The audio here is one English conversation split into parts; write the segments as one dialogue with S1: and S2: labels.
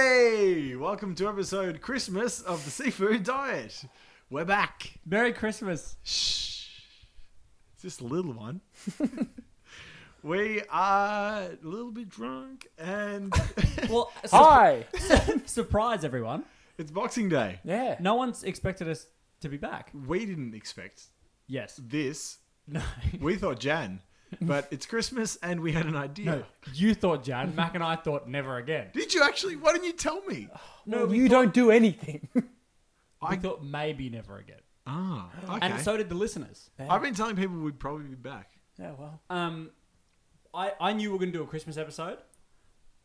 S1: Hey, welcome to episode Christmas of the Seafood Diet. We're back.
S2: Merry Christmas.
S1: Shh. It's just a little one. we are a little bit drunk and
S2: Well, su-
S3: Hi.
S2: surprise everyone.
S1: it's Boxing Day.
S3: Yeah.
S2: No one's expected us to be back.
S1: We didn't expect
S2: Yes.
S1: this.
S2: No.
S1: We thought Jan, but it's Christmas and we had an idea.
S2: No. You thought Jan. Mac and I thought never again.
S1: Did you actually? Why didn't you tell me?
S2: No, we
S3: you don't do anything.
S2: I thought maybe never again.
S1: Ah, okay.
S2: And so did the listeners.
S1: I've been telling people we'd probably be back.
S3: Yeah, well.
S2: Um, I, I knew we were going to do a Christmas episode.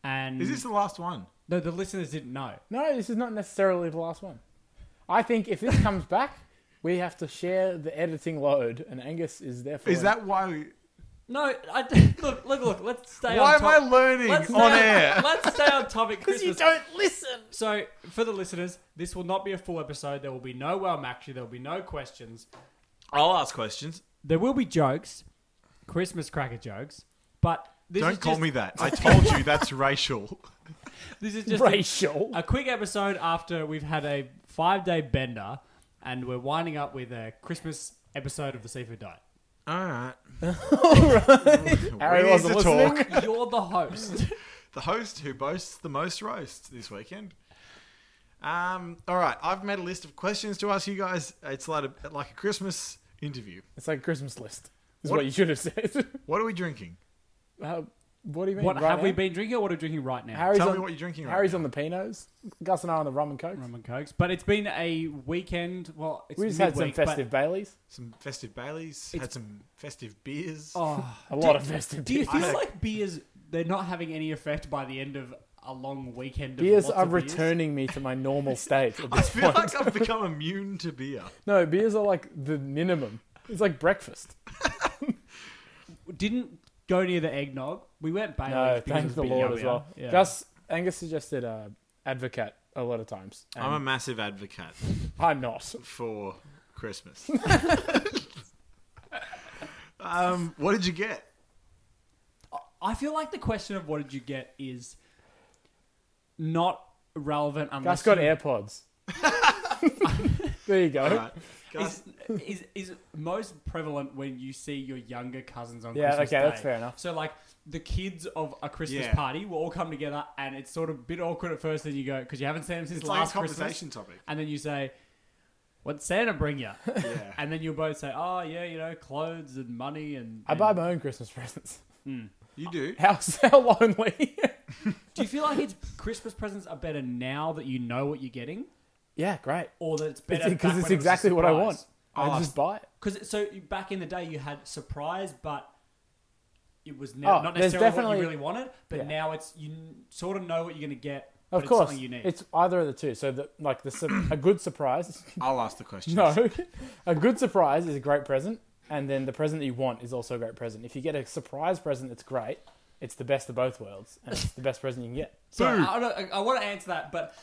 S2: And
S1: Is this the last one?
S2: no, the listeners didn't know.
S3: No, this is not necessarily the last one. I think if this comes back, we have to share the editing load, and Angus is there for
S1: Is
S3: it.
S1: that why?
S2: No, I, look, look, look. Let's stay.
S1: Why
S2: on
S1: am I
S2: top-
S1: learning
S2: let's stay
S1: on air?
S2: Let's stay on topic. Christmas.
S3: don't listen.
S2: So, for the listeners, this will not be a full episode. There will be no well actually. There will be no questions.
S1: I'll ask questions.
S2: There will be jokes, Christmas cracker jokes, but this is
S1: Don't call
S2: just,
S1: me that. I told you that's racial.
S2: This is just a,
S3: Racial.
S2: a quick episode after we've had a five-day bender, and we're winding up with a Christmas episode of the Seafood Diet.
S1: All right.
S3: Harry
S1: Where's
S3: wasn't
S1: the
S3: listening.
S1: talk?
S2: You're the host.
S1: The host who boasts the most roast this weekend. Um. All right. I've made a list of questions to ask you guys. It's like a, like a Christmas interview.
S3: It's like a Christmas list. Is
S1: What-
S3: what, you should have said.
S1: What are we drinking?
S3: uh, what do you mean?
S2: what
S3: right
S2: have we
S3: now?
S2: been drinking? or What are we drinking right now?
S3: Harry's
S1: Tell
S3: on,
S1: me what you're drinking. Right
S3: Harry's
S1: now.
S3: on the Pinos. Gus and I on the rum and coke.
S2: Rum and cokes, but it's been a weekend. Well, it's
S3: We just had some
S2: midweek, but-
S3: festive Baileys.
S1: some festive Baileys.
S2: It's-
S1: Had some festive beers.
S2: Oh,
S3: A lot of festive
S2: Do you
S3: beers.
S2: feel
S1: I-
S2: like beers they're not having any effect by the end of a long weekend? Of
S3: Beers
S2: lots
S3: are
S2: of beers?
S3: returning me to my normal state at
S1: I
S3: this
S1: feel
S3: point.
S1: like I've become immune to beer.
S3: No, beers are like the minimum. It's like breakfast.
S2: Didn't go near the eggnog. We went Baileys.
S3: No,
S2: because
S3: thank
S2: it's
S3: the
S2: been
S3: Lord
S2: yummy.
S3: as well.
S2: Yeah.
S3: Gus, Angus suggested uh, Advocate a lot of times. and
S2: Um,
S1: I'm a massive advocate
S3: I'm not.
S1: for Christmas. um, what did you get?
S2: I feel like the question of what did you get is not relevant unless
S3: Gus got
S2: you-
S3: AirPods. there you go.
S1: All right. Gus,
S2: Is, is is most prevalent when you see your younger cousins on
S3: Yeah,
S2: Christmas
S3: okay,
S2: Day.
S3: that's fair enough.
S2: So like the kids of a Christmas
S1: Yeah.
S2: party will all come together, and it's sort of a bit awkward at first. Then you go because you haven't seen them since
S1: it's like a
S2: last Christmas.
S1: conversation topic.
S2: and then you say, "What Santa bring you?"
S1: Yeah.
S2: and then you both say, "Oh yeah, you know, clothes and money and."
S3: I buy my own Christmas presents.
S1: You do.
S3: How, how lonely.
S2: Do you feel like it's Christmas presents are better now that you know what you're getting,
S3: yeah, great.
S2: or that it's better
S3: Because it's, exactly what I want.
S1: Oh,
S3: I just buy it.
S2: Because so back in the day, you had surprise, but. It was ne-
S3: Oh,
S2: not
S3: there's
S2: necessarily what
S3: definitely-
S2: you really wanted, but
S3: Yeah.
S2: now it's you n- sort of know what you're going to get. but
S3: Of
S2: it's
S3: course,
S2: something you need.
S3: it's either of the two. So, the, like, the su- a good surprise.
S1: I'll ask the question.
S3: No, a good surprise is a great present, and then the present that you want is also a great present. If you get a surprise present, it's great. It's the best of both worlds, and it's the best present you can get. uh,
S2: So
S1: Boo.
S2: I, I don't, I, I want to answer that, but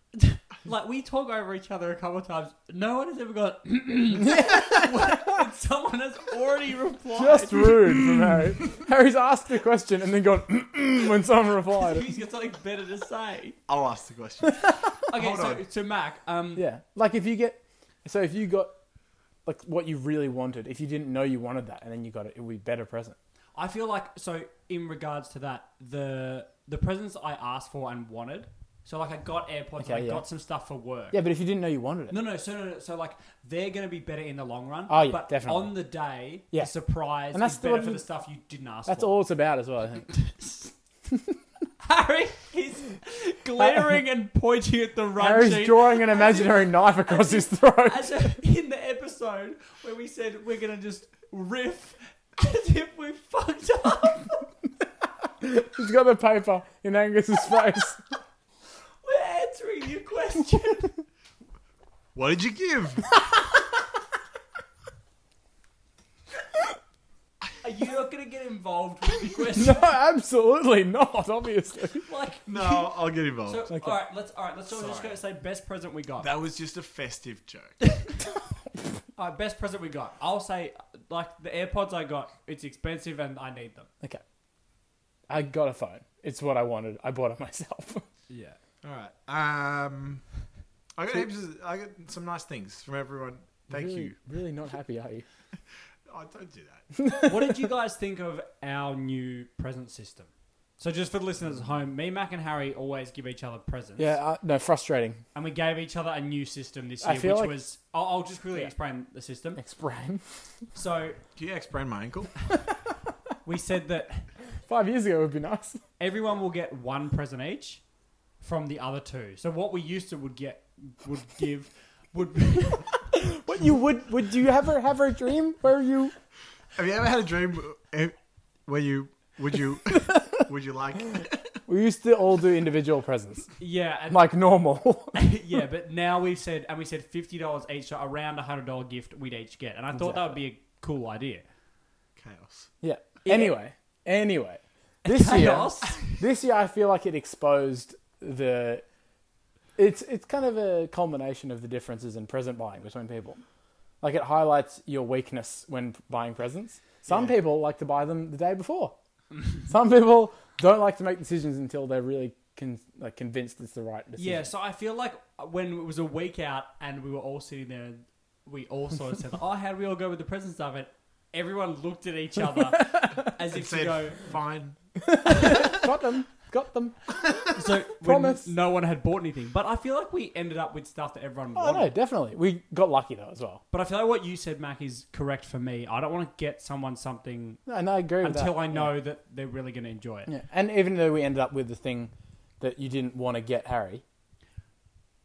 S2: like we talk over each other a couple of times. No one has ever gone. when someone has already replied.
S3: Just rude from Harry. Harry's asked the question and then gone when someone replied.
S2: He's got something better to say.
S1: I'll ask the question.
S2: Okay,
S1: Hold
S2: so
S1: on.
S2: so Mac, um,
S3: Yeah, like if you get, so if you got like what you really wanted, if you didn't know you wanted that, and then you got it, it would be a better present.
S2: I feel like so in regards to that, the the presents I asked for and wanted. So like I got AirPods,
S3: Okay,
S2: and I
S3: yeah.
S2: got some stuff for work.
S3: Yeah, but if you didn't know you wanted it,
S2: No, no, so no, no, so like they're going to be better in the long run.
S3: Oh, yeah,
S2: but
S3: definitely.
S2: on the day,
S3: Yeah.
S2: the surprise
S3: And that's
S2: is
S3: the
S2: better
S3: one
S2: for
S3: you-
S2: the stuff you didn't ask
S3: that's
S2: for.
S3: all it's about as well. I think.
S2: Harry is glaring and pointing at the run
S3: Harry's
S2: sheet.
S3: drawing an imaginary knife across his throat.
S2: As a, in the episode where we said we're gonna just riff, as if we fucked up.
S3: He's got the paper in Angus's face.
S2: We're answering your question.
S1: What did you give?
S2: Are you not gonna get involved with the question?
S3: No, absolutely not. Obviously,
S2: Like,
S1: No, I'll get involved.
S2: so
S3: Okay.
S2: all right, let's all right, let's all just
S1: Sorry.
S2: go say best present we got.
S1: that was just a festive joke.
S2: all right, best present we got. I'll say like the AirPods I got. It's expensive and I need them.
S3: okay. I got a phone. It's what I wanted. I bought it myself.
S2: Yeah.
S1: All right. Um, I got heaps. Of, I got some nice things from everyone. Thank
S3: really,
S1: you.
S3: Really not happy, are you?
S1: I don't do that.
S2: what did you guys think of our new present system? So just for the listeners at home, me, Mac, and Harry always give each other presents.
S3: Yeah, uh, no, frustrating.
S2: And we gave each other a new system this
S3: I
S2: year, which
S3: feel like-
S2: was I'll, I'll just quickly
S3: Yeah.
S2: explain the system.
S3: Explain.
S2: So
S1: Can you explain my ankle?
S2: we said that
S3: Five years ago would be nice.
S2: everyone will get one present each from the other two. So what we used to would get would give would
S3: What you would would you ever have a dream where you
S1: Have you ever had a dream eh, where you would you would you like?
S3: we used to all do individual presents
S2: yeah and,
S3: like normal?
S2: yeah, but now we've said and we said fifty dollars each, so around a hundred dollar gift we'd each get, and I thought that would be a cool idea.
S1: Chaos.
S3: yeah. Anyway, anyway, this
S2: Chaos.
S3: year this year I feel like it exposed the it's it's kind of a culmination of the differences in present buying between people. Like it highlights your weakness when buying presents. Some people like to buy them the day before. Some people don't like to make decisions until they're really con- like convinced it's the right decision.
S2: Yeah, so I feel like when it was a week out and we were all sitting there, and we all sort of said, "Oh, how do we all go with the present stuff?" And everyone looked at each other as
S1: It
S2: if to
S1: said
S2: go,
S1: fine.
S3: Got them. Got them.
S2: "So when
S3: Promise.
S2: no one had bought anything." But I feel like we ended up with stuff that everyone
S3: Oh
S2: wanted.
S3: no, definitely. We got lucky though as well.
S2: But I feel like what you said, Mac, is correct for me. I don't want to get someone something
S3: No, And I agree with
S2: until
S3: that.
S2: I know that they're really going to enjoy it.
S3: Yeah. And even though we ended up with the thing that you didn't want to get Harry,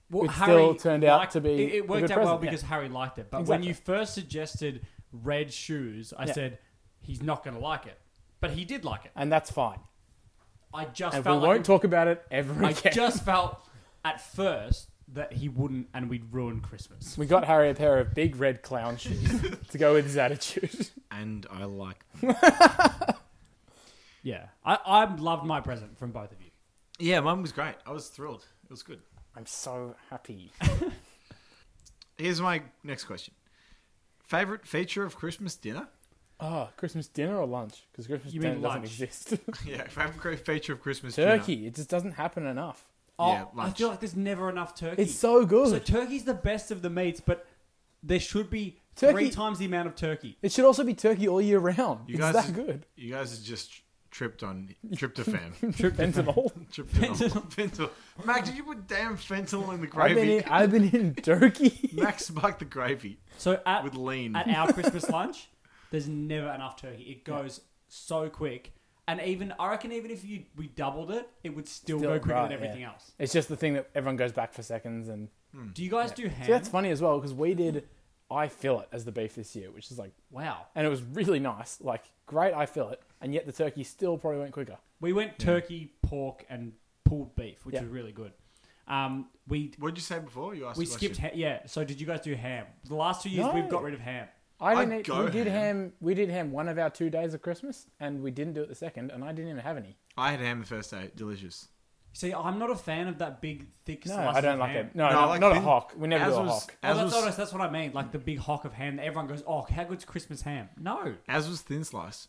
S2: Well,
S3: It still turned out to be
S2: It,
S3: a
S2: it worked
S3: good
S2: out well
S3: present, yeah.
S2: because Harry liked it. But when
S3: Exactly.
S2: you first suggested red shoes, I
S3: Yeah.
S2: said he's not going to like it. But he did like it.
S3: and that's fine.
S2: I just
S3: And we
S2: felt
S3: won't
S2: like
S3: talk about it ever
S2: I
S3: again.
S2: just felt at first that he wouldn't, and we'd ruin Christmas.
S3: We got Harry a pair of big red clown shoes to go with his attitude.
S1: And I like.
S2: Yeah, I, I loved my present from both of you.
S1: Yeah, mine was great. I was thrilled. It was good.
S3: I'm so happy.
S1: Here's my next question. Favorite feature of Christmas dinner?
S3: Oh, Christmas dinner or lunch? Because Christmas
S2: You mean
S3: dinner doesn't
S2: lunch.
S3: exist.
S1: Yeah, favorite cra- feature of Christmas dinner.
S3: Turkey. It just doesn't happen enough.
S2: Oh,
S1: Yeah,
S2: I
S1: lunch.
S2: feel like there's never enough turkey.
S3: It's so good.
S2: So turkey's the best of the meats, but there should be three
S3: Turkey-
S2: times the amount of turkey.
S3: it should also be turkey all year round.
S1: You
S3: it's
S1: guys
S3: that
S1: are-
S3: good.
S1: You guys are just tripped on tryptophan.
S3: Fentanyl.
S1: Tryptophan. fentanyl. Mac, did you put damn fentanyl in the
S3: I've been,
S1: gravy?
S3: in, I've been in turkey.
S1: Max sparked the gravy
S2: So at
S1: with lean.
S2: at our Christmas lunch, there's never enough turkey. It goes so quick, and even I reckon even if you we doubled it, it would still,
S3: Still
S2: go quicker
S3: right,
S2: than
S3: yeah.
S2: everything else.
S3: It's just the thing that everyone goes back for seconds and
S1: Mm.
S2: Do you guys do ham?
S3: See, that's funny as well because we did I fillet as the beef this year, which is like,
S2: wow.
S3: and it was really nice, like great I fillet, and yet the turkey still probably went quicker.
S2: We went turkey, pork, and pulled beef, which
S3: Yeah.
S2: was really good. Um, we
S1: What did you say before? You asked.
S2: we
S1: a
S2: skipped
S1: question.
S2: ha- yeah. So did you guys do ham? The last two years
S3: No.
S2: we've got rid of ham.
S3: I
S1: I'd
S3: didn't. eat,
S1: go
S3: we did
S1: ham.
S3: ham. We did ham one of our two days of Christmas, and we didn't do it the second, and I didn't even have any.
S1: I had ham the first day. Delicious.
S2: See, I'm not a fan of that big thick.
S3: No,
S2: slice
S3: I don't
S2: of
S3: like
S2: ham.
S3: it. No,
S1: No,
S3: no,
S1: I like
S3: not a
S1: thin-
S3: hawk. We never
S1: as
S3: do a
S1: was,
S3: hawk.
S2: Well,
S1: as
S2: Oh, that's,
S1: was,
S2: honest, that's what I mean. Like the big hock of ham. that Everyone goes, "Oh, how good's Christmas ham?" No,
S1: as was thin slice.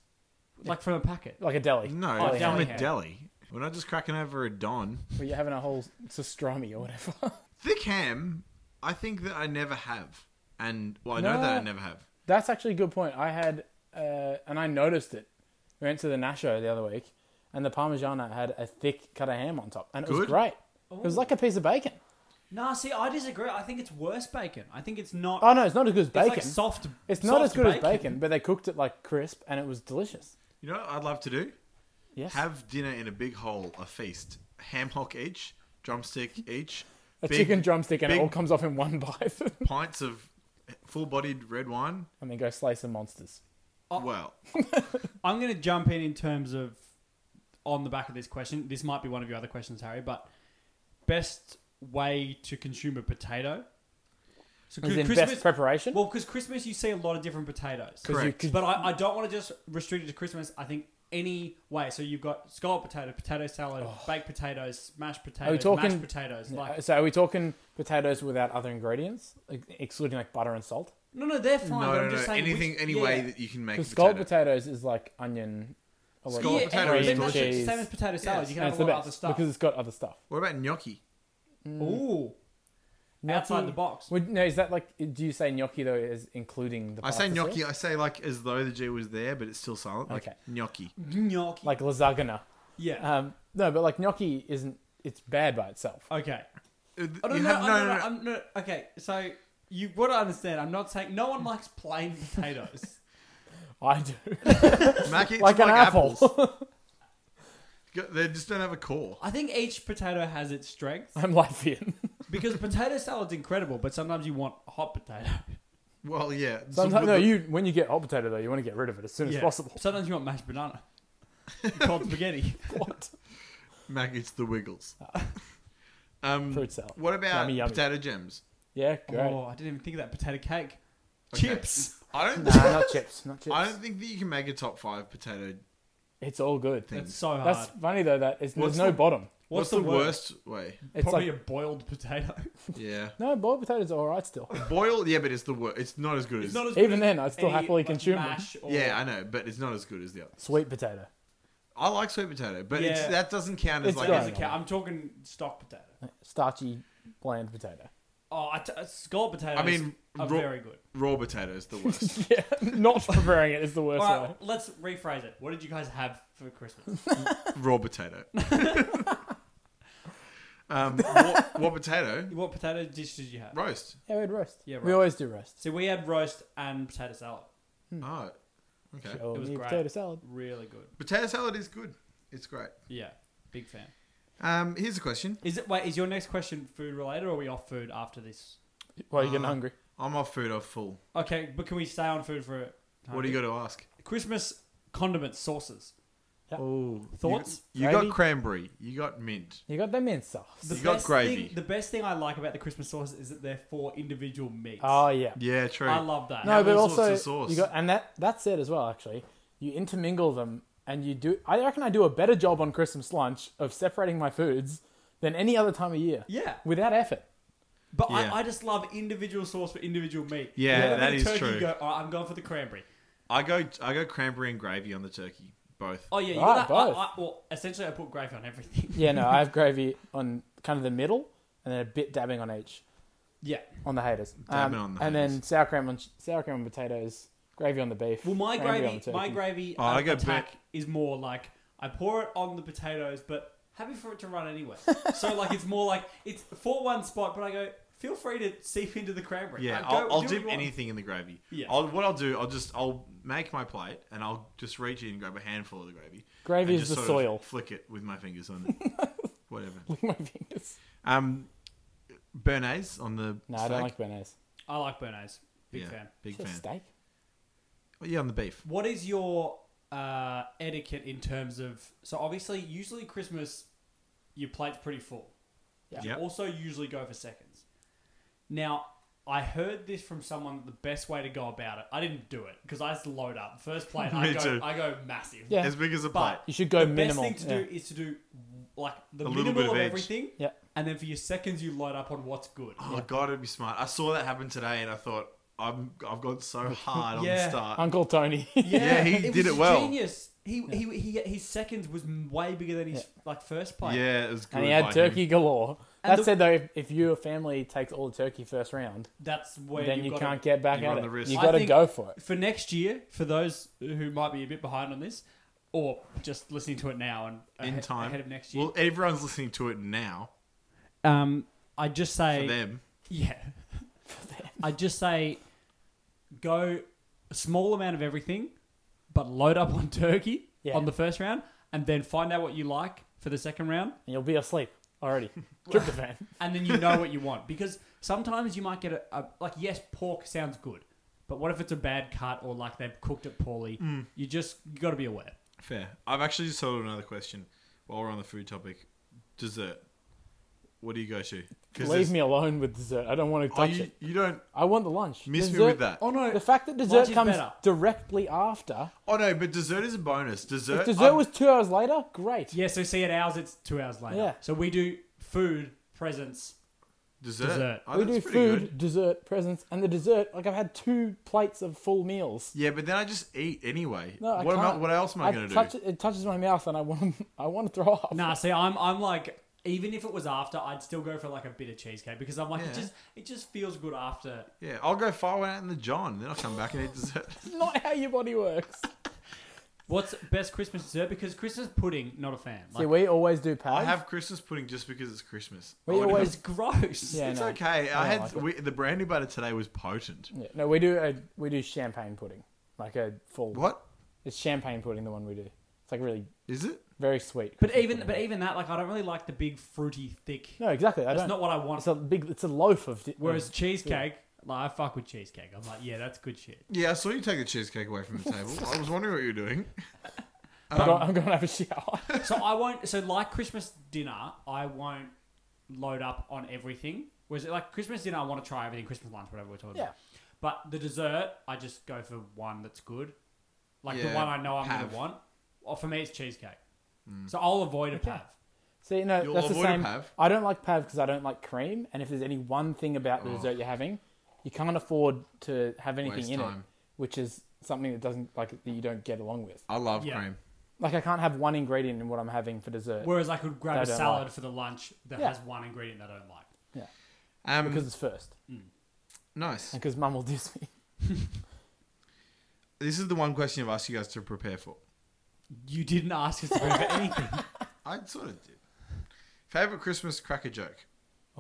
S2: like from a packet.
S3: Like a deli.
S1: No,
S2: Oh,
S1: from
S2: deli
S1: a
S2: ham.
S1: deli. We're not just cracking over a don.
S3: Where you're having a whole pastrami or whatever.
S1: Thick ham. I think that I never have, and well, I know
S3: No.
S1: that I never have.
S3: That's actually a good point. I had, uh, and I noticed it. We went to the Nasho the other week, and the Parmigiana had a thick cut of ham on top, and it
S1: Good.
S3: was great. It was like a piece of bacon.
S2: No, see, I disagree. I think it's worse bacon. I think it's not.
S3: Oh no, it's not as good as
S2: it's
S3: bacon.
S2: like
S3: It's,
S2: soft.
S3: not
S2: soft
S3: as good as bacon, but they cooked it like crisp, and it was delicious.
S1: You know, what I'd love to do
S3: Yes,
S1: have dinner in a big hole, a feast, ham hock each, drumstick each,
S3: a
S1: big
S3: chicken drumstick, and
S1: big-
S3: it all comes off in one bite,
S1: pints of full-bodied red wine.
S3: and then go slay some monsters.
S1: Well,
S2: I'm going to jump in in terms of on the back of this question. This might be one of your other questions, Harry, but best way to consume a potato. So
S3: Is in
S2: Christmas.
S3: best preparation?
S2: well, because Christmas you see a lot of different potatoes.
S3: 'Cause you
S1: correct.
S3: could-
S2: But I, I don't want to just restrict it to Christmas. I think any way. So you've got scalloped potato, potato salad, baked potatoes, mashed potatoes,
S3: Oh. talking-
S2: mashed potatoes.
S3: Uh,
S2: Like
S3: so are we talking potatoes without other ingredients, like, excluding like butter and salt?
S2: no, no, they're fine.
S1: no,
S2: but
S1: no,
S2: I'm
S1: no.
S2: just saying
S1: Anything,
S2: which-
S1: any
S2: yeah.
S1: way that you can make a
S3: Because scalloped
S1: potato.
S3: potatoes is like onion. or
S1: Scalloped
S3: whatever,
S1: potato
S2: and
S1: is
S3: cream
S2: that's
S1: delicious.
S2: the Same as potato
S1: Yes.
S2: salad. You
S3: and
S2: can
S3: it's
S2: have a
S3: the
S2: lot of other
S3: best
S2: stuff.
S3: because it's got other stuff.
S1: What about gnocchi?
S2: Ooh. Outside the box.
S3: Would, no, is that like? Do you say gnocchi though as including the?
S1: I say
S3: pasta sauce?
S1: gnocchi. I say like as though the G was there, but it's still silent. Like
S3: Okay.
S1: gnocchi.
S2: Gnocchi.
S3: like lasagna.
S2: yeah.
S3: Um, no, but like gnocchi isn't. It's bad by itself.
S2: okay. Oh,
S1: I
S2: I don't know. I don't know, I'm not, okay, so you got to understand. I'm not saying no one likes plain potatoes.
S3: I do.
S1: Mackie, it's
S3: like an apple.
S1: apples. Go- they just don't have a core.
S2: I think each potato has its strengths
S3: I'm Latvian.
S2: because potato salad's incredible, but sometimes you want hot potato.
S1: Well, yeah. So
S3: Sometimes,
S1: with
S3: no,
S1: the-
S3: you when you get hot potato though, you want to get rid of it as soon as possible.
S2: Sometimes you want mashed banana, cold spaghetti.
S3: What?
S1: Mac, it's the Wiggles. um,
S3: Fruit salad.
S1: What about
S3: Yummy, yummy.
S1: potato gems?
S3: Yeah, great.
S2: Oh, I didn't even think of that. Potato cake,
S1: Okay.
S2: chips.
S1: I don't.
S3: Nah, not chips. Not chips.
S1: I don't think that you can make a top five potato.
S3: It's all good.
S1: Thing.
S2: That's so hard.
S3: That's funny though. That it's,
S1: What's
S3: there's no
S1: the-
S3: bottom.
S1: What's, the, worst way?
S3: It's
S2: Probably
S3: like
S2: a boiled potato.
S1: Yeah,
S3: no boiled potatoes are all right still.
S1: boiled. Yeah, but it's the worst. It's not as good
S2: It's
S1: as.
S2: not as
S3: Even
S2: good as
S3: then, I'd still
S2: any,
S3: happily
S2: like,
S3: consume them.
S2: mash or-
S1: yeah, I know, but it's not as good as the other.
S3: Sweet potato.
S1: I like sweet potato, but it's,
S2: Yeah.
S1: that doesn't count as
S3: It's
S1: like.
S2: Like, as
S3: Right.
S2: a ca- I'm talking stock potato.
S3: starchy, bland potato.
S2: Oh, I t- uh, skull potatoes.
S1: I mean,
S2: are
S1: raw-
S2: very good.
S1: raw potatoes the worst.
S3: Yeah, not preparing it is the worst
S2: All
S3: way.
S2: right, let's rephrase it. What did you guys have for Christmas?
S1: raw potato. um, raw, raw potato
S2: what potato dish did you have?
S1: roast.
S3: Yeah, we'd roast.
S2: Yeah,
S3: we
S2: roast.
S3: always do roast.
S2: So we had roast and potato salad.
S1: Oh, okay.
S3: Show
S2: It was
S3: me
S2: great.
S3: potato salad.
S2: Really good.
S1: Potato salad is good. It's great.
S2: Yeah, big fan.
S1: Um, here's a question.
S2: Is it? Wait, is your next question food related, or are we off food after this?
S3: Well, you're
S1: Uh,
S3: getting hungry.
S1: I'm off food. off full.
S2: Okay, but can we stay on food for? a
S1: What do you got to ask?
S2: got? Christmas condiments, sauces.
S3: Yeah.
S1: Oh,
S2: Thoughts?
S1: You, got
S3: Gravy?
S1: cranberry. You got mint.
S3: You got them in sauce.
S2: The
S1: You got
S2: best
S1: gravy.
S2: Thing, the best thing I like about the Christmas sauces is that they're for individual meats.
S3: Oh yeah.
S1: Yeah, true.
S2: I love that.
S3: No, but
S1: all sorts
S3: also
S1: of sauce.
S3: you got, and that that's it as well. Actually, you intermingle them, and you do. I reckon I do a better job on Christmas lunch of separating my foods than any other time of year.
S2: Yeah,
S3: Without effort.
S2: but
S1: Yeah.
S2: I, I just love individual sauce for individual meat.
S1: Yeah,
S2: You know,
S1: that
S2: with
S1: is
S2: turkey,
S1: true.
S2: You go, oh, I'm going for the cranberry.
S1: I go. I go cranberry and gravy on the turkey. Both.
S2: Oh yeah, you
S3: Right,
S2: gotta, I-
S3: Ah, both.
S2: I, well, essentially, I put gravy on everything.
S3: Yeah, no, I have gravy on kind of the middle, and then a bit dabbing on each
S2: yeah.
S3: on the haters, Um,
S1: Dabbing on the
S3: and then
S1: haters.
S3: sour cream on sour cream on potatoes, gravy on the beef.
S2: Well, my
S3: cranberry
S2: gravy,
S3: on the
S2: my
S3: turkey.
S2: gravy
S1: Oh, I
S2: um,
S1: go
S2: attack
S1: back-
S2: is more like I pour it on the potatoes, but happy for it to run anyway. so like it's more like it's for one spot, but I go feel free to seep into the cranberry.
S1: Yeah,
S2: Like, go-
S1: I'll, I'll
S2: do what
S1: dip
S2: you want.
S1: anything in the gravy.
S2: Yeah.
S1: I'll, what I'll do, I'll just I'll make my plate and I'll just reach in and grab a handful of the gravy.
S3: Gravy
S1: and
S3: is
S1: just
S3: the
S1: sort of
S3: soil.
S1: flick it with my fingers on it. Whatever.
S3: Lick my fingers.
S1: Um, Bernays on the.
S3: No,
S1: steak.
S3: I don't like bernese.
S2: I like Bernays. Big
S1: yeah,
S2: fan.
S1: Big fan.
S3: Steak.
S1: Oh, yeah, on the beef.
S2: What is your uh, etiquette in terms of? So obviously, usually Christmas, your plate's pretty full.
S3: Yeah.
S2: You
S1: Yep.
S2: also usually go for seconds. Now, I heard this from someone. that The best way to go about it, I didn't do it because I just load up first plate. I
S1: Me
S2: go,
S1: too.
S2: I go massive.
S3: Yeah.
S1: As big as a plate.
S2: But
S3: You should go
S2: the
S3: minimal.
S2: best thing to do is to do like the
S1: A little
S2: minimal
S1: bit of
S2: of,
S1: each.
S2: everything.
S3: Yeah.
S2: And then for your seconds, you load up on what's good.
S1: Oh god, it'd be smart. I saw that happen today, and I thought I'm I've gone so hard on the
S2: Yeah.
S1: start.
S3: Uncle Tony.
S1: Yeah, he did
S2: was
S1: it well.
S2: Genius. He, he, he, his seconds was m- way bigger than his like first plate.
S1: yeah, it was good.
S3: and he
S1: by
S3: had
S1: him.
S3: turkey galore.
S2: And
S3: That
S2: the-
S3: said, though, if, if your family takes all the turkey first round,
S2: That's where
S3: then
S2: you've
S3: you
S2: got
S3: can't get back
S1: you run
S3: at
S1: the
S3: it.
S1: risk.
S3: You
S2: I
S3: got to
S2: think-
S3: go for it.
S2: for next year. For those who might be a bit behind on this, or just listening to it now and
S1: in
S2: ahe-
S1: time
S2: ahead of next year,
S1: Well, everyone's listening to it now.
S2: um, I just
S1: For
S2: say
S1: them,
S2: Yeah. I just say go a small amount of everything, but load up on turkey
S3: Yeah.
S2: on the first round and then find out what you like for the second round
S3: And you'll be asleep already. Tryptophan.
S2: and then you know what you want. Because sometimes you might get a, a like yes, pork sounds good. But what if it's a bad cut or like they've cooked it poorly?
S1: Mm.
S2: You just you got to be aware.
S1: fair. I've actually just thought of another question while we're on the food topic. Dessert. What do you go to? 'Cause
S3: Leave
S1: there's-
S3: me alone with dessert. I don't want to
S1: Oh,
S3: touch
S1: you,
S3: it.
S1: you don't.
S3: I want the lunch.
S1: Miss me
S3: Dessert-
S1: with that.
S2: Oh no,
S3: The fact that
S2: Lunch
S3: dessert
S2: is
S3: comes
S2: better.
S3: directly after.
S1: Oh no, but dessert is a bonus. Dessert.
S3: If dessert
S1: I'm-
S3: was two hours later, great.
S2: yeah. So see, at ours it's two hours later.
S3: Yeah.
S2: So we do food, presents.
S1: dessert.
S2: dessert.
S1: Oh,
S3: we do
S1: that's pretty
S3: food,
S1: Good.
S3: dessert, presents, and the dessert. Like I've had two plates of full meals.
S1: Yeah, but then I just eat anyway.
S3: No, I
S1: what am I,
S3: can't.
S1: What else am I,
S3: I
S1: going to do?
S3: touch it, it touches my mouth, and I want I want to throw up.
S2: Nah, see, I'm I'm like even if it was after, I'd still go for like a bit of cheesecake because I'm like
S1: Yeah.
S2: it just it just feels good after.
S1: Yeah, I'll go far one out in the John, then I'll come back and eat dessert.
S3: Not how your body works.
S2: What's best Christmas dessert? Because Christmas pudding, not a fan.
S3: See,
S2: Like,
S3: we always do
S1: I
S3: pads.
S1: have Christmas pudding just because it's Christmas.
S3: We
S1: I would
S3: always-
S2: it's gross.
S3: Yeah,
S1: it's
S3: no.
S1: okay. I,
S3: I
S1: had
S3: don't like it.
S1: we, the brandy butter today was potent.
S3: Yeah, no, we do a, we do champagne pudding, like a full.
S1: What
S3: It's champagne pudding, the one we do. It's like really
S1: is it?
S3: very sweet.
S2: But
S3: Christmas
S2: even
S3: pudding.
S2: but even that, like I don't really like the big fruity thick.
S3: no, exactly. I
S2: that's
S3: don't.
S2: not what I want.
S3: it's a big. It's a loaf of. di-
S2: Whereas
S3: of-
S2: cheesecake, like I fuck with cheesecake. I'm like, yeah, that's good shit.
S1: Yeah, I saw you take the cheesecake away from the table. I was wondering what you were doing.
S3: I'm,
S1: Um,
S3: going, I'm going to have a shower.
S2: so I won't. So like Christmas dinner, I won't load up on everything. Whereas like Christmas dinner, I want to try everything. Christmas lunch, whatever we're talking
S3: yeah,
S2: about. But the dessert, I just go for one that's good, like
S1: Yeah,
S2: the one I know I'm
S1: have. Hmm.
S2: gonna want. Well, for me, it's cheesecake. So I'll avoid a
S3: Okay.
S2: pav.
S3: see, no,
S1: You'll
S3: that's the
S1: avoid a
S3: same.
S1: pav.
S3: I don't like pav because I don't like cream. And if there's any one thing about the
S1: Oh.
S3: dessert you're having, you can't afford to have anything
S1: Waste
S3: in
S1: time.
S3: it, which is something that doesn't like that you don't get along with.
S1: I love
S2: Yeah.
S1: cream.
S3: Like I can't have one ingredient in what I'm having for dessert
S2: Whereas I could grab
S3: That I
S2: a
S3: don't
S2: salad
S3: like.
S2: for the lunch that
S3: Yeah.
S2: has one ingredient that I don't like.
S1: Um,
S3: because it's first,
S1: nice.
S3: and because Mum will diss me.
S1: This is the one question I've asked you guys to prepare for.
S2: You didn't ask us to go for anything.
S1: I sort of did. Favorite Christmas cracker joke.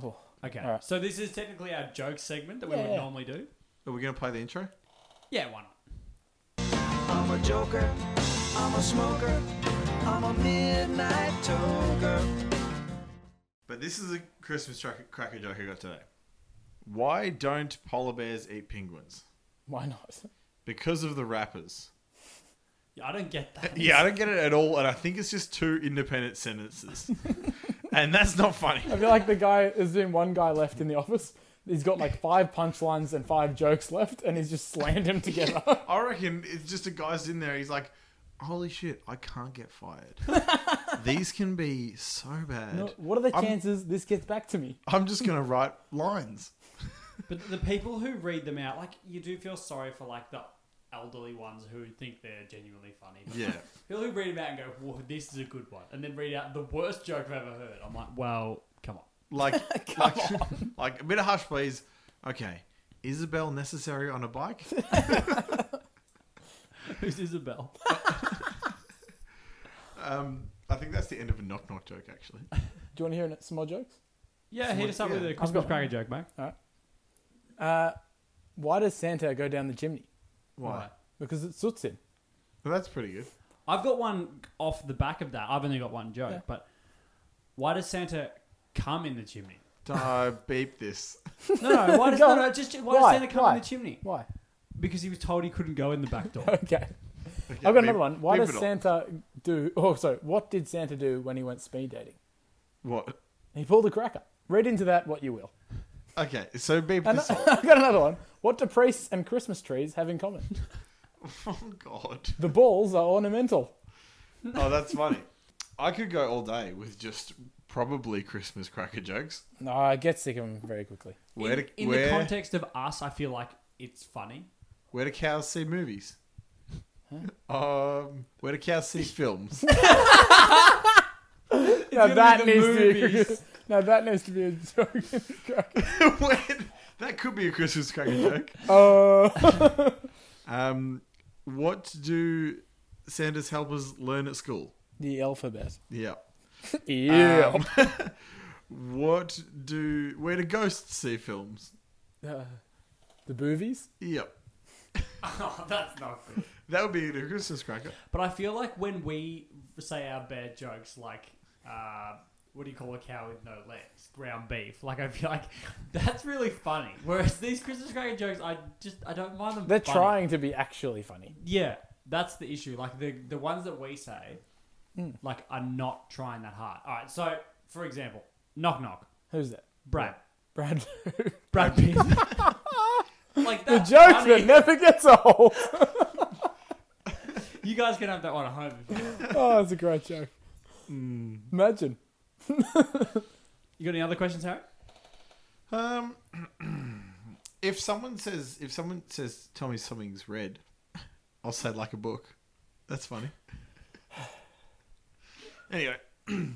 S3: Oh,
S2: Okay,
S3: All right.
S2: so this is technically our joke segment that we
S3: Yeah,
S2: would
S3: yeah.
S2: normally do.
S1: Are we going to play the intro?
S2: Yeah, why not?
S4: I'm a joker. I'm a smoker. I'm a midnight toker.
S1: But this is a Christmas cracker, cracker joke I got today. Why don't polar bears eat penguins?
S3: why not?
S1: Because of the wrappers.
S2: Yeah, I don't get that.
S1: Yeah, I don't get it at all, and I think it's just two independent sentences. and that's not funny.
S3: I feel like the guy there's been one guy left in the office. He's got like five punchlines and five jokes left, and he's just slammed them together.
S1: I reckon it's just a guy's in there, he's like, holy shit, I can't get fired. These can be so bad.
S3: No, what are the
S1: I'm-
S3: chances this gets back to me?
S1: I'm just going to write lines.
S2: But the people who read them out, like you do feel sorry for like the elderly ones who think they're genuinely funny. But
S1: Yeah.
S2: People who read them out and go, "Whoa, this is a good one," and then read out the worst joke I've ever heard. I'm like, "Well, come on."
S1: Like, like, like a bit of hush, please. Okay. Isabel necessary on a bike?
S2: Who's Isabel?
S1: Um, I think that's the end of a knock knock joke, actually.
S3: Do you want to hear some more jokes?
S2: Yeah, hit us up with
S1: Yeah.
S2: a Christmas cracker joke, mate.
S3: Uh, why does Santa go down the chimney?
S1: Why?
S3: Because it suits him.
S1: Well, that's pretty good.
S2: I've got one off the back of that. I've only got one joke,
S3: Yeah.
S2: but why does Santa come in the chimney?
S1: Uh, beep this.
S2: No, no. Why does
S3: Go-
S2: no, no, just why,
S3: why?
S2: does Santa come
S3: Why?
S2: in the chimney?
S3: Why?
S2: Because he was told he couldn't go in the back door.
S3: Okay.
S1: Okay,
S3: I've
S1: beep-
S3: got another one. Why
S1: beep
S3: does
S1: it all.
S3: Santa do? Oh, sorry. What did Santa do when he went speed dating?
S1: What?
S3: He pulled a cracker. Read into that what you will.
S1: Okay, so beep
S3: And
S1: this. all.
S3: I've got another one. What do priests and Christmas trees have in common?
S1: Oh god.
S3: The balls are ornamental.
S1: Oh, that's funny. I could go all day with just probably Christmas cracker jokes.
S3: No, I get sick of them very quickly.
S1: Where
S2: in,
S1: do,
S2: in
S1: where,
S2: the context of us, I feel like it's funny.
S1: where do cows see movies? Um, where do cows see films?
S3: Now
S2: gonna
S3: that
S2: be
S3: needs
S2: the
S3: to
S2: movies.
S3: be. Now that needs to be a joke.
S1: Where- that could be a Christmas cracker joke.
S3: Oh,
S1: Um, what do Santa's helpers learn at school?
S3: the alphabet.
S1: Yeah.
S3: Yeah.
S1: Um, what do where do ghosts see films?
S3: Uh, the movies.
S1: Yep.
S2: Oh, that's not good.
S1: That would be the Christmas cracker.
S2: But I feel like when we say our bad jokes, like, uh, what do you call a cow with no legs? Ground beef. Like, I feel like that's really funny. Whereas these Christmas cracker jokes, I just, I don't mind them.
S3: They're
S2: funny.
S3: trying to be actually funny.
S2: Yeah, that's the issue. Like, the, the ones that we say,
S3: Hmm.
S2: like, are not trying that hard. All right, so, for example, knock knock,
S3: Who's that?
S2: Brad.
S3: Brad.
S2: Brad Pitt. like,
S3: the
S2: that's
S3: joke
S2: funny.
S3: that never gets old.
S2: You guys can have that one at home if you want.
S3: Oh, that's a great joke.
S2: Hmm.
S3: Imagine.
S2: You got any other questions, Harry?
S1: Um, if someone says if someone says tell me something's red, I'll say like a book. That's funny. anyway,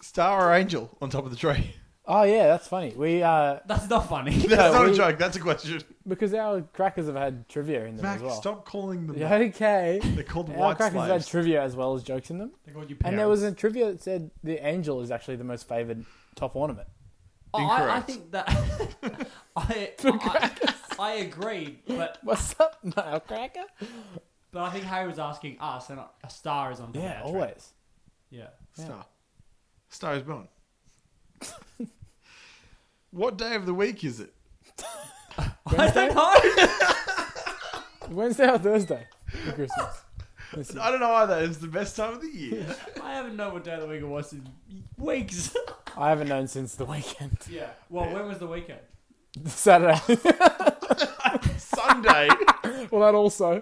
S1: Star or angel on top of the tree?
S3: Oh yeah, that's funny. We uh,
S2: That's not funny.
S1: That's
S3: No,
S1: not a
S3: we-
S1: joke. That's a question.
S3: because our crackers have had trivia in them
S1: Mac,
S3: as well.
S1: stop calling them.
S3: Yeah, okay.
S1: They're called
S3: Our
S1: white
S3: crackers have had
S1: slaves.
S3: trivia as well as jokes in them.
S2: They called you
S3: And there was a trivia that said the angel is actually the most favoured top ornament.
S2: Oh, I, I
S1: Incorrect.
S2: think that I, I I agree, but
S3: What's up, Nile Cracker?
S2: but I think Harry was asking us, and a star is on. the
S3: Yeah,
S2: hat trick.
S3: always.
S2: Yeah.
S1: Star. Star is born. what day of the week is it?
S2: I don't know.
S3: Wednesday or Thursday for Christmas. This year.
S1: I don't know either. It's the best time of the year.
S2: I haven't known what day of the week it was in weeks.
S3: I haven't known since the weekend.
S2: yeah. Well, when was the weekend?
S3: Saturday.
S1: Sunday.
S3: well, that also. uh,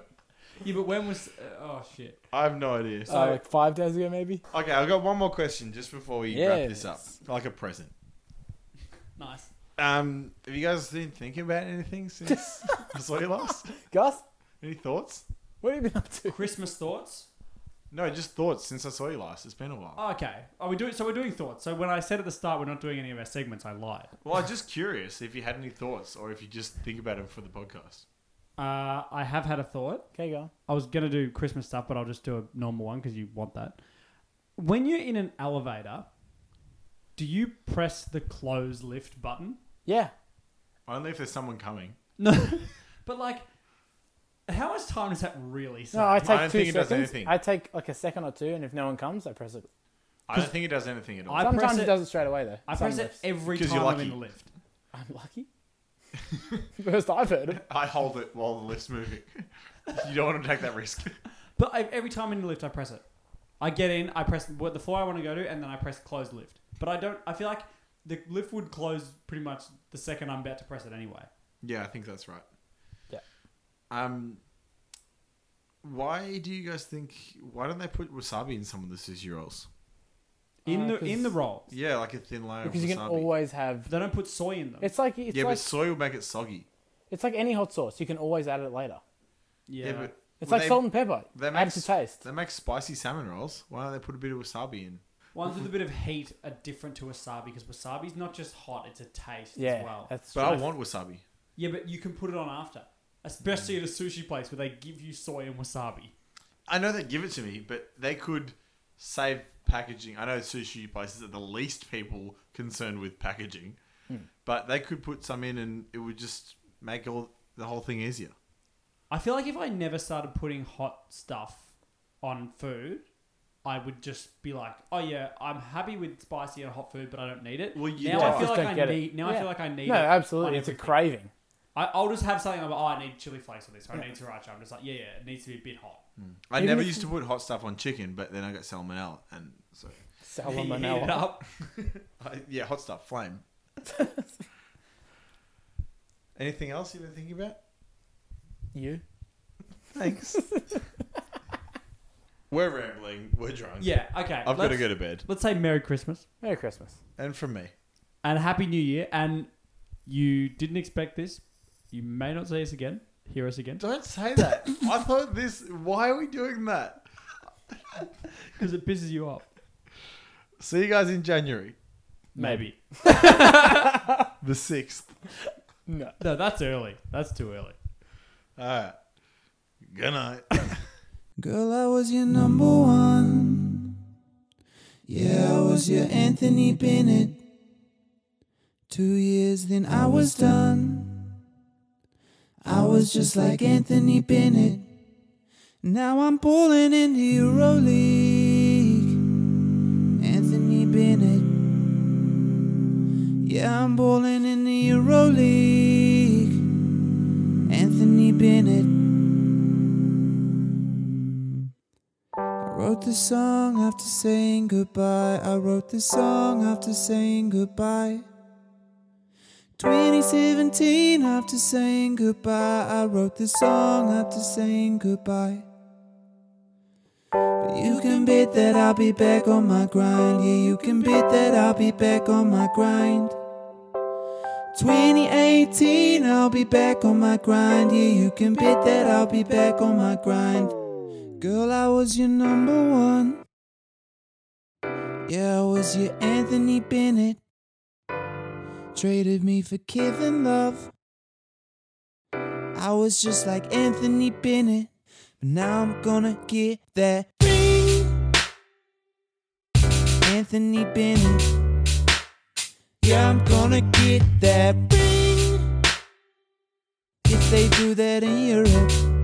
S2: Yeah, but when was? Uh, oh shit.
S1: I have no idea.
S3: Uh, like five days ago, maybe.
S1: Okay, I've got one more question just before we wrap this up.
S3: Yes.
S1: Like a present.
S2: Nice.
S1: Um, have you guys been thinking about anything since I saw you last?
S3: Gus,
S1: Any thoughts?
S3: what have you been up to?
S2: Christmas thoughts.
S1: No, just thoughts since I saw you last. It's been a while.
S2: Okay. Are we doing? So we're doing thoughts. So when I said at the start we're not doing any of our segments, I lied.
S1: Well, I'm just curious if you had any thoughts or if you just think about them for the podcast.
S2: Uh, I have had a thought.
S3: Okay, go. on.
S2: I was gonna do Christmas stuff, but I'll just do a normal one because you want that. When you're in an elevator, do you press the close lift button?
S3: Yeah.
S1: Only if there's someone coming.
S2: No, but like, how much time does that really save?
S3: No, I
S1: I don't
S3: take
S1: think
S3: two
S1: it does
S3: seconds.
S1: anything.
S3: I take like a second or two, and if no one comes, I press it.
S1: I don't think it does anything at all.
S2: I press
S3: Sometimes it,
S2: it-
S3: does it straight away though.
S2: I press it
S3: Sometimes.
S2: every
S1: 'Cause
S2: time
S1: you're
S2: I'm
S1: lucky.
S2: in the lift.
S3: I'm lucky. First I've heard it.
S1: I hold it while the lift's moving. you don't want to take that risk.
S2: But I, every time in the lift, I press it. I get in, I press what the floor I want to go to, and then I press close lift. But I don't. I feel like the lift would close pretty much the second I'm about to press it anyway.
S1: Yeah, I think that's right.
S3: Yeah.
S1: Um, why do you guys think? Why don't they put wasabi in some of the sushi rolls?
S2: In
S3: Uh,
S2: the in the
S3: 'cause-
S2: roll,
S1: Yeah, like a thin layer
S3: Because
S1: of
S3: you
S1: wasabi.
S3: can always have.
S2: they don't put soy in them.
S3: It's like it's
S1: yeah,
S3: like
S1: but soy will make it soggy.
S3: it's like any hot sauce. You can always add it later.
S1: Yeah, but
S3: It's
S1: well,
S3: like
S1: they-
S3: salt and pepper.
S1: They make
S3: add to
S1: s-
S3: taste.
S1: They make spicy salmon rolls. Why don't they put a bit of wasabi in?
S2: Ones with a bit of heat are different to wasabi because wasabi's not just hot; it's a taste
S3: yeah,
S2: as well.
S3: that's
S1: But
S3: true.
S1: I want wasabi.
S2: yeah, but you can put it on after, especially at a sushi place where they give you soy and wasabi.
S1: I know they give it to me, but they could save packaging. I know sushi places are the least people concerned with packaging,
S3: Hmm.
S1: but they could put some in, and it would just make all the whole thing easier.
S2: I feel like if I never started putting hot stuff on food, I would just be like, "Oh yeah, I'm happy with spicy and hot food, but I don't need it."
S1: Well, you
S2: now
S1: don't.
S2: I feel
S3: Just
S2: like
S3: don't
S2: I
S3: get it.
S2: need. Now I
S3: Yeah.
S2: feel like I need.
S3: No,
S2: it on
S3: absolutely. It's a
S2: everything.
S3: craving.
S2: I, I'll just have something. I'm like, "Oh, I need chili flakes with this. Or I need sriracha." I'm just like, "Yeah, yeah, it needs to be a bit hot."
S1: I
S3: Even
S1: never
S3: if-
S1: used to put hot stuff on chicken, but then I got salmonella, and so
S2: Heat it
S3: Salmonella.
S2: up.
S1: I, Uh, yeah, hot stuff, flame. Anything else you've been thinking about?
S3: You.
S1: Thanks. we're rambling. We're drunk.
S2: Yeah. Okay.
S1: I've got to
S2: let's-
S1: go to bed.
S2: Let's say Merry Christmas.
S3: Merry Christmas.
S1: And from me,
S2: and happy new year and you didn't expect this you may not see us again hear us again
S1: don't say that. I thought this. Why are we doing that?
S2: because it pisses you off
S1: See you guys in January,
S2: maybe
S1: the sixth.
S3: No.
S2: no that's early that's too early
S1: All right. Good night.
S4: Girl, I was your number one. Yeah, I was your Anthony Bennett. Two years, then I was done. I was just like Anthony Bennett. Now I'm balling in the EuroLeague. Anthony Bennett. Yeah, I'm balling in the EuroLeague. Anthony Bennett. I wrote this song after saying goodbye. I wrote this song after saying goodbye. 2017 after saying goodbye. I wrote this song after saying goodbye. But you can bet that I'll be back on my grind. Yeah, you can bet that I'll be back on my grind. 2018, I'll be back on my grind. Yeah, you can bet that I'll be back on my grind. Girl, I was your number one. Yeah, I was was your Anthony Bennett. Traded me for Kevin Love. I was just like Anthony Bennett. But now I'm gonna get that ring. Anthony Bennett. Yeah, I'm gonna get that ring. If they do that in Europe.